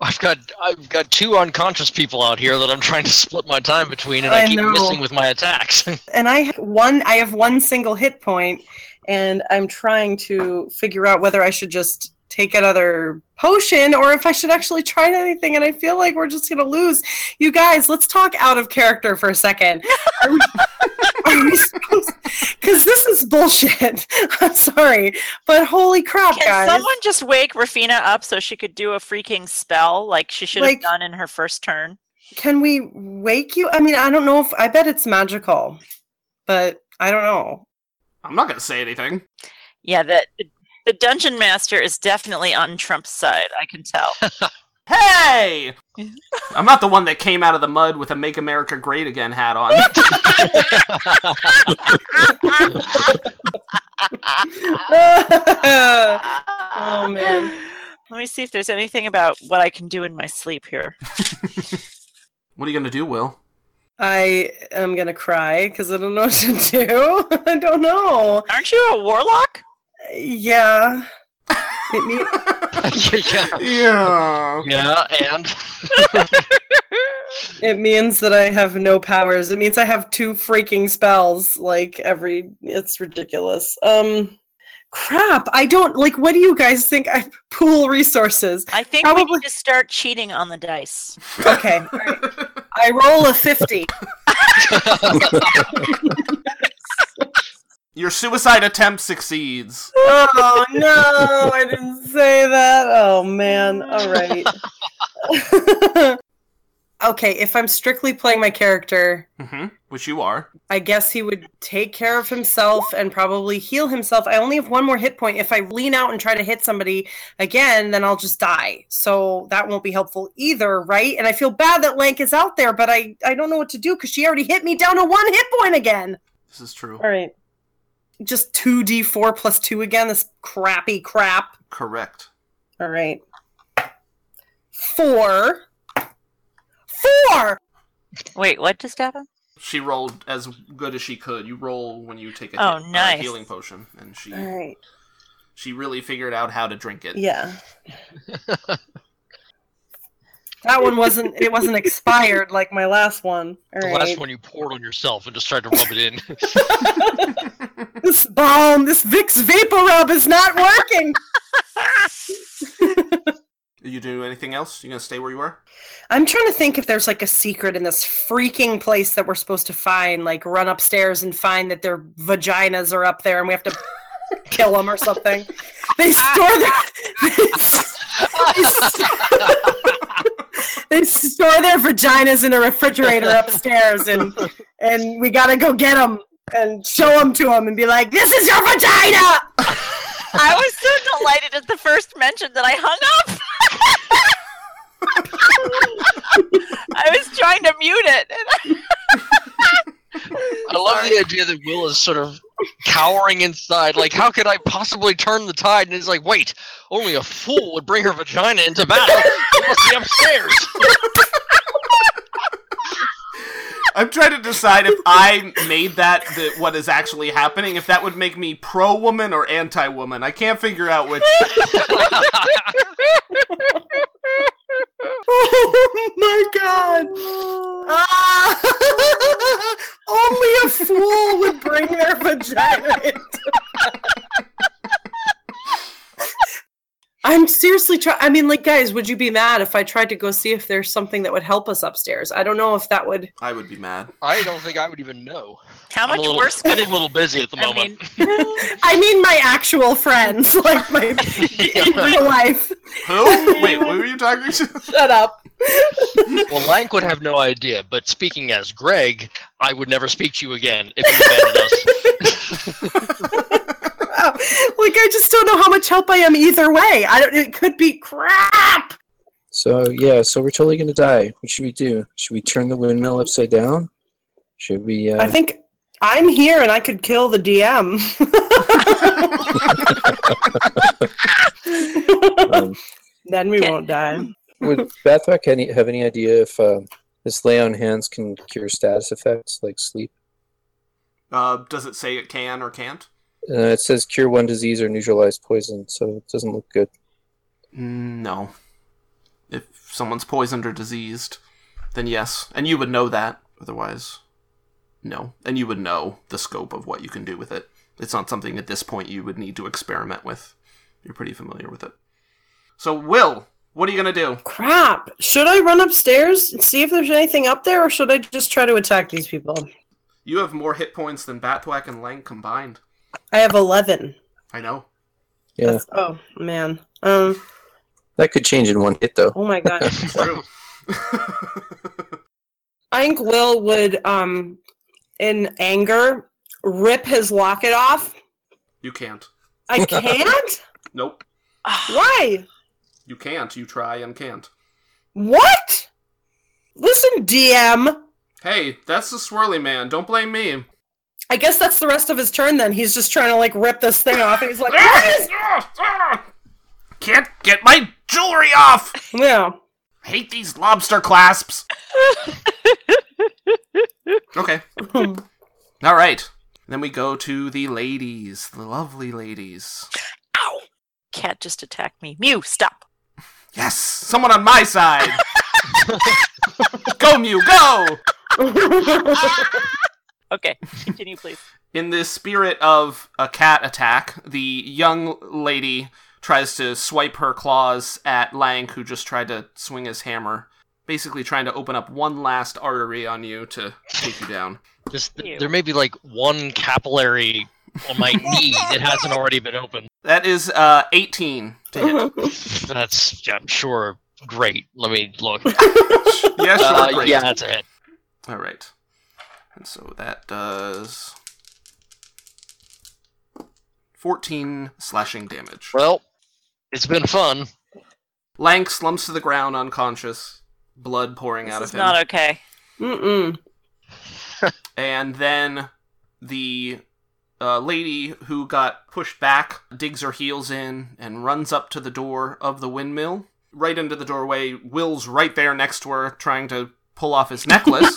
F: I've got I've got two unconscious people out here that I'm trying to split my time between, and I,
D: I
F: keep
D: know.
F: missing with my attacks.
D: And I have one I have one single hit point and I'm trying to figure out whether I should just take another potion or if I should actually try anything. And I feel like we're just going to lose. You guys, let's talk out of character for a second. Are we- are we supposed- Cause this is bullshit. I'm sorry, but holy crap,
E: Can
D: guys!
E: someone just wake Rafina up so she could do a freaking spell like she should have
D: Like-
E: done in her first turn?
D: Can we wake you? I mean, I don't know if I bet it's magical, but I don't know.
A: I'm not gonna say anything.
E: Yeah, that the dungeon master is definitely on Trump's side. I can tell. hey,
A: I'm not the one that came out of the mud with a "Make America Great Again" hat on.
D: oh man.
E: let me see if there's anything about what I can do in my sleep here.
A: what are you gonna do, Will?
D: I am gonna cry because I don't know what to do. I don't know.
E: Aren't you a warlock?
D: Yeah. It me-
A: Yeah.
F: yeah. Yeah, and
D: it means that I have no powers. It means I have two freaking spells. Like every, it's ridiculous. Um, crap. I don't like. What do you guys think? I pool resources.
E: I think we
D: Probably-
E: need to start cheating on the dice.
D: Okay. all right. I roll a fifty.
A: Your suicide attempt succeeds.
D: Oh no! I didn't say that. Oh man. All right. okay. If I'm strictly playing my character,
A: hmm Which you are.
D: I guess he would take care of himself and probably heal himself. I only have one more hit point. If I lean out and try to hit somebody again, then I'll just die. So that won't be helpful either, right? And I feel bad that Lank is out there, but I, I don't know what to do because she already hit me down to one hit point again.
A: This is true.
D: All right. Just 2d4 plus 2 again. This crappy crap.
A: Correct.
D: All right. Four. Four!
E: Wait, what just happened?
A: She rolled as good as she could. You roll when you take a,
E: Oh,
A: hit, uh,
E: nice.
A: healing potion, and she
D: All right.
A: she really figured out how to drink it.
D: Yeah. that one wasn't it wasn't expired like my last one. All
F: the
D: right.
F: last one you poured on yourself and just tried to rub it in.
D: This balm, this Vicks vapor rub is not working.
A: You do anything else? You gonna stay where you are?
D: I'm trying to think if there's like a secret in this freaking place that we're supposed to find, like run upstairs and find that their vaginas are up there and we have to kill them or something. They store their they, s- they store their vaginas in a refrigerator upstairs and and we got to go get them and show them to them and be like, "This is your vagina."
E: I was so delighted at the first mention that I hung up. I was trying to mute it. and
F: I love the idea that Will is sort of cowering inside. Like, how could I possibly turn the tide? And he's like, wait, only a fool would bring her vagina into battle. It must be upstairs.
A: I'm trying to decide if I made that the, what is actually happening. If that would make me pro woman or anti woman, I can't figure out which.
D: Oh my god! Ah! Only a fool would bring their vagina into. I'm seriously trying. I mean, like, guys, would you be mad if I tried to go see if there's something that would help us upstairs? I don't know if that would.
A: I would be mad.
F: I don't think I would even know.
E: How
F: I'm
E: much
F: a little,
E: worse
F: I'm a little busy at the
E: I
F: moment.
E: mean,
D: I mean, my actual friends, like my in real life.
A: Who? Wait, who are you talking to?
D: Shut up.
F: well, Lank would have no idea, but speaking as Greg, I would never speak to you again if you abandoned us.
D: Wow. Like, I just don't know how much help I am either way. I don't. It could be crap.
G: So yeah, so we're totally gonna die. What should we do? Should we turn the windmill upside down? Should we?
D: I
G: Uh,
D: think I'm here and I could kill the DM.
G: um,
D: then we won't die.
G: would Bathwack any, have any idea if uh, this lay on hands can cure status effects like sleep?
A: Uh, does it say it can or can't?
G: Uh, it says cure one disease or neutralize poison, so it doesn't look good.
A: Mm, No. If someone's poisoned or diseased, then yes, and you would know that. Otherwise, no, and you would know the scope of what you can do with it. It's not something at this point you would need to experiment with. You're pretty familiar with it. So, Will, what are you going to do?
D: Crap. Should I run upstairs and see if there's anything up there, or should I just try to attack these people?
A: You have more hit points than Batthwack and Lang combined.
D: I have 11.
A: I know.
G: Yeah,
D: That's, oh, man. Um,
G: that could change in one hit though.
D: oh my god.
A: True.
D: I think Will would, um, in anger, rip his locket off.
A: you can't.
D: I can't?
A: Nope.
D: Why?
A: You can't. You try and can't.
D: What? Listen, DM.
A: Hey, that's the swirly man. Don't blame me.
D: I guess that's the rest of his turn then. He's just trying to like rip this thing off and he's like, "What is-"
A: Can't get my jewelry off!
D: Yeah.
A: Hate these lobster clasps! okay. Alright. Then we go to the ladies, the lovely ladies.
E: Ow! Cat just attacked me. Mew, stop.
A: Yes! Someone on my side! go, Mew, go!
E: Okay, continue, please.
A: In the spirit of a cat attack, the young lady tries to swipe her claws at Lang, who just tried to swing his hammer, basically trying to open up one last artery on you to take you down.
F: Just
E: Ew.
F: there may be like one capillary on my knee that hasn't already been opened.
A: That is uh, 18 to hit.
F: That's yeah, I'm sure great. Let me look.
A: yeah, sure,
F: Uh,
A: great.
F: yeah, that's a hit.
A: All right. And so that does 14 slashing damage.
F: Well, it's been fun.
A: Lang slumps to the ground unconscious, blood pouring out
E: This
A: of
E: is
A: him.
E: not okay.
D: Mm-mm.
A: and then the uh, lady who got pushed back digs her heels in and runs up to the door of the windmill, right into the doorway. Will's right there next to her, trying to pull off his necklace,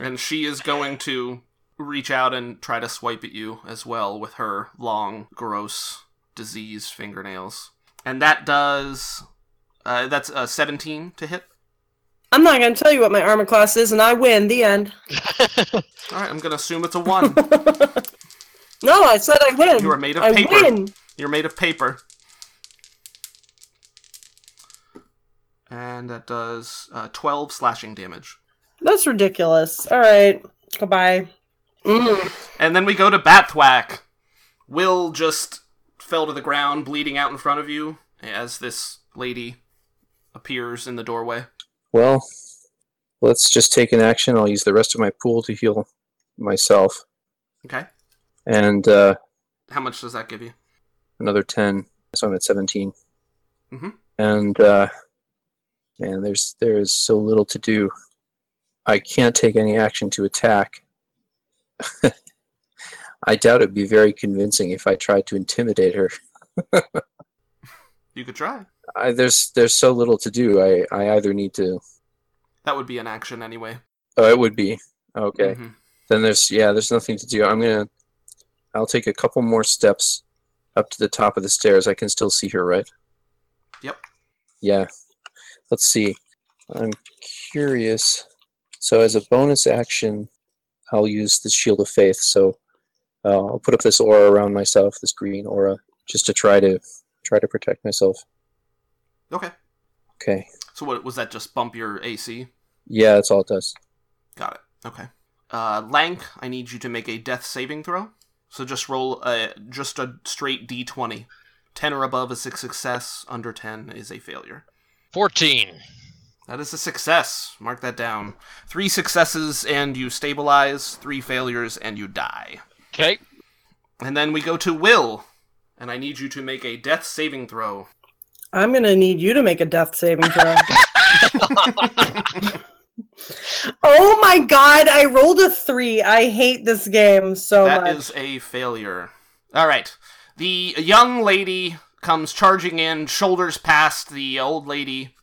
A: and she is going to reach out and try to swipe at you as well with her long, gross, diseased fingernails. And that does. Uh, that's a 17 to hit.
D: I'm not gonna tell you what my armor class is, and I win. The end.
A: All right, I'm going to assume it's a 1.
D: No, I said I win.
A: You are made of
D: I
A: paper.
D: win.
A: You're made of paper. And that does uh, 12 slashing damage.
D: That's ridiculous. All right. Goodbye. Mm.
A: And then we go to Batthwack. Will just fell to the ground, bleeding out in front of you as this lady appears in the doorway.
G: Well, let's just take an action. I'll use the rest of my pool to heal myself,
A: Okay.
G: and uh,
A: How much does that give you?
G: another 10 so i'm at 17
A: Mhm.
G: and uh man there's there is so little to do i can't take any action to attack i doubt it'd be very convincing if i tried to intimidate her
A: You could try.
G: I, there's there's so little to do i i either need to
A: That would be an action anyway.
G: oh it would be okay
A: Mhm.
G: then there's yeah there's nothing to do i'm gonna i'll take a couple more steps up to the top of the stairs i can still see her right
A: Yep.
G: yeah let's see i'm curious so as a bonus action i'll use the shield of faith so uh, i'll put up this aura around myself this green aura just to try to try to protect myself
A: Okay.
G: okay
A: So what was that just bump your AC?
G: yeah that's all it does
A: Got it. Okay. Uh, Lank, I need you to make a death saving throw. So just roll a, just a straight d20. 10 or above is a success, under 10 is a failure.
F: Fourteen.
A: That is a success. Mark that down. Three successes and you stabilize, three failures and you die.
F: Okay.
A: And then we go to Will, and I need you to make a death saving throw.
D: I'm gonna need you to make a death saving throw. oh my god! I rolled a three. I hate this game so
A: That
D: much.
A: is a failure. All right. The young lady comes charging in, shoulders past the old lady,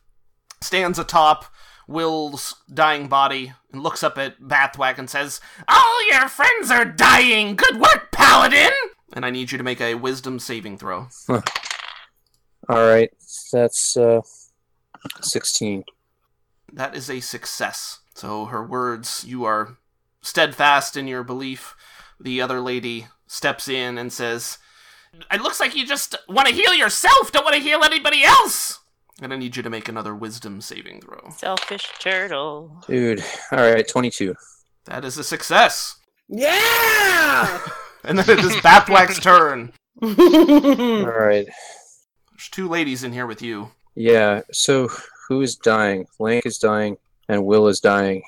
A: stands atop Will's dying body, and looks up at Bathwack and says, All your friends are dying! Good work, Paladin! And I need you to make a wisdom saving throw.
G: all right that's uh 16
A: That is a success. So her words, you are steadfast in your belief. The other lady steps in and says, It looks like you just want to heal yourself, don't want to heal anybody else. And I need you to make another wisdom saving throw.
E: Selfish turtle.
G: Dude. All right, 22.
A: That is a success.
D: Yeah.
A: And then it is Bathwack's turn.
G: All
D: Who
G: right.
A: There's two ladies in here with you.
G: Yeah, so who is dying? Link is dying, and Will is dying.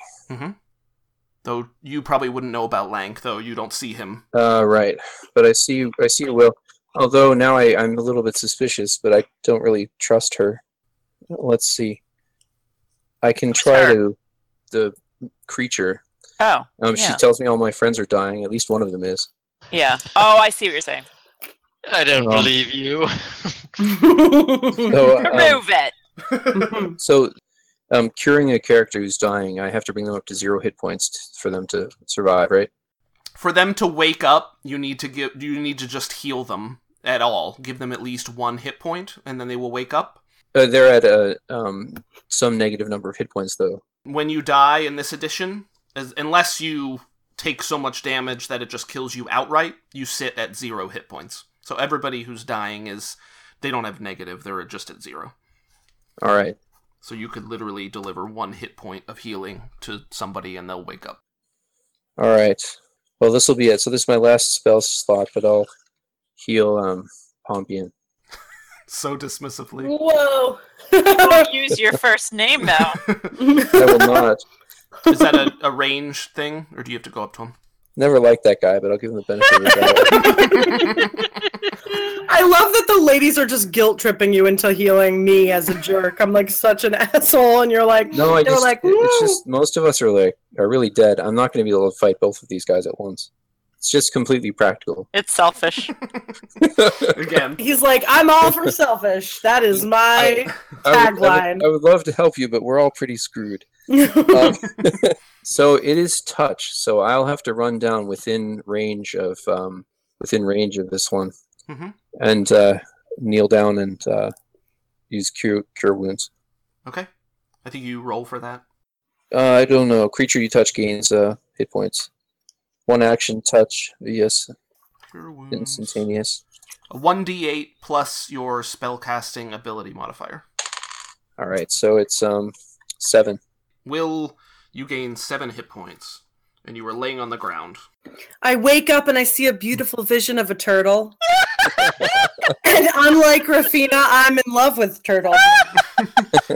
A: Though you probably wouldn't know about Lank, though you don't see him.
G: Uh, right. But I see, I see Will. Although now I, I'm a little bit suspicious, but I don't really trust her. Let's see. I can try
E: her?
G: to the creature.
E: Oh,
G: Um,
E: Yeah.
G: She tells me all my friends are dying. At least one of them is.
E: yeah. Oh, I see what you're saying.
F: I don't
G: Um,
F: believe you.
E: Oh.
G: So, um,
E: Prove it.
G: so um, curing a character who's dying, I have to bring them up to zero hit points t- for them to survive, right?
A: For them to wake up, you need to give you need to just heal them at all. Give them at least one hit point, and then they will wake up.
G: Uh, they're at a um, some negative number of hit points though.
A: When you die in this edition, as, unless you take so much damage that it just kills you outright, you sit at zero hit points. So everybody who's dying is they don't have negative; they're just at zero.
G: All right.
A: So you could literally deliver one hit point of healing to somebody, and they'll wake up.
G: All right. Well, this will be it. So this is my last spell slot, but I'll heal um, Pompian.
A: So dismissively.
D: Whoa.
E: Don't use your first name though.
G: I will not.
A: Is that a, a range thing, or do you have to go up to
G: Never liked that guy, but I'll give him the benefit of the doubt.
A: him?
D: I love that the ladies are just guilt tripping you into healing me as a jerk. I'm like such an asshole, and you're like,
G: No, I
D: They were
G: just
D: like,
G: it- it's
D: "Woo!"
G: just most of us are like are really dead. I'm not going to be able to fight both of these guys at once. It's just completely practical.
E: It's selfish.
A: Again.
D: he's like, I'm all for selfish. That is my.
G: I would, I,
D: Tagline.
G: would, I would love to help you, but we're all pretty screwed. Um, so it is touch. So I'll have to run down within range of um, within range of this one,
A: Mhm.
G: and uh, kneel down and uh, use cure cure wounds.
A: Okay. I think you roll for that.
G: Uh, I don't know. Creature you touch gains uh, hit points. One action touch. Yes,
A: Cure wounds.
G: instantaneous.
A: A 1d8 plus your spellcasting ability modifier.
G: All right. So it's um seven.
A: Will, you gain 7 hit points, and you are laying on the ground.
D: I wake up and I see a beautiful vision of a turtle. and unlike Rafina, I'm in love with turtles.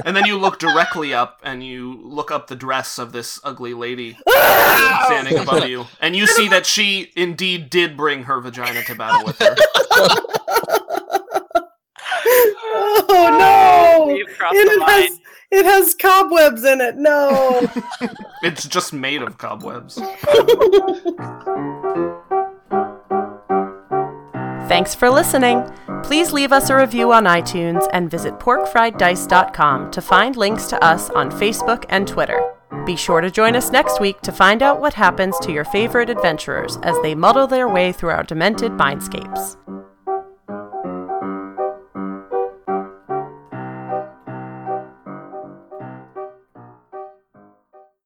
A: And then you look directly up, and you look up the dress of this ugly lady
D: Oh,
A: standing above you, and you see that she indeed did bring her vagina to battle with her.
D: oh no!
E: You've crossed
D: And
E: the
D: it
E: line.
D: has it has cobwebs in it. No.
A: It's just made of cobwebs.
C: Thanks for listening. Please leave us a review on iTunes and visit porkfrieddice.com to find links to us on Facebook and Twitter. Be sure to join us next week to find out what happens to your favorite adventurers as they muddle their way through our demented mindscapes.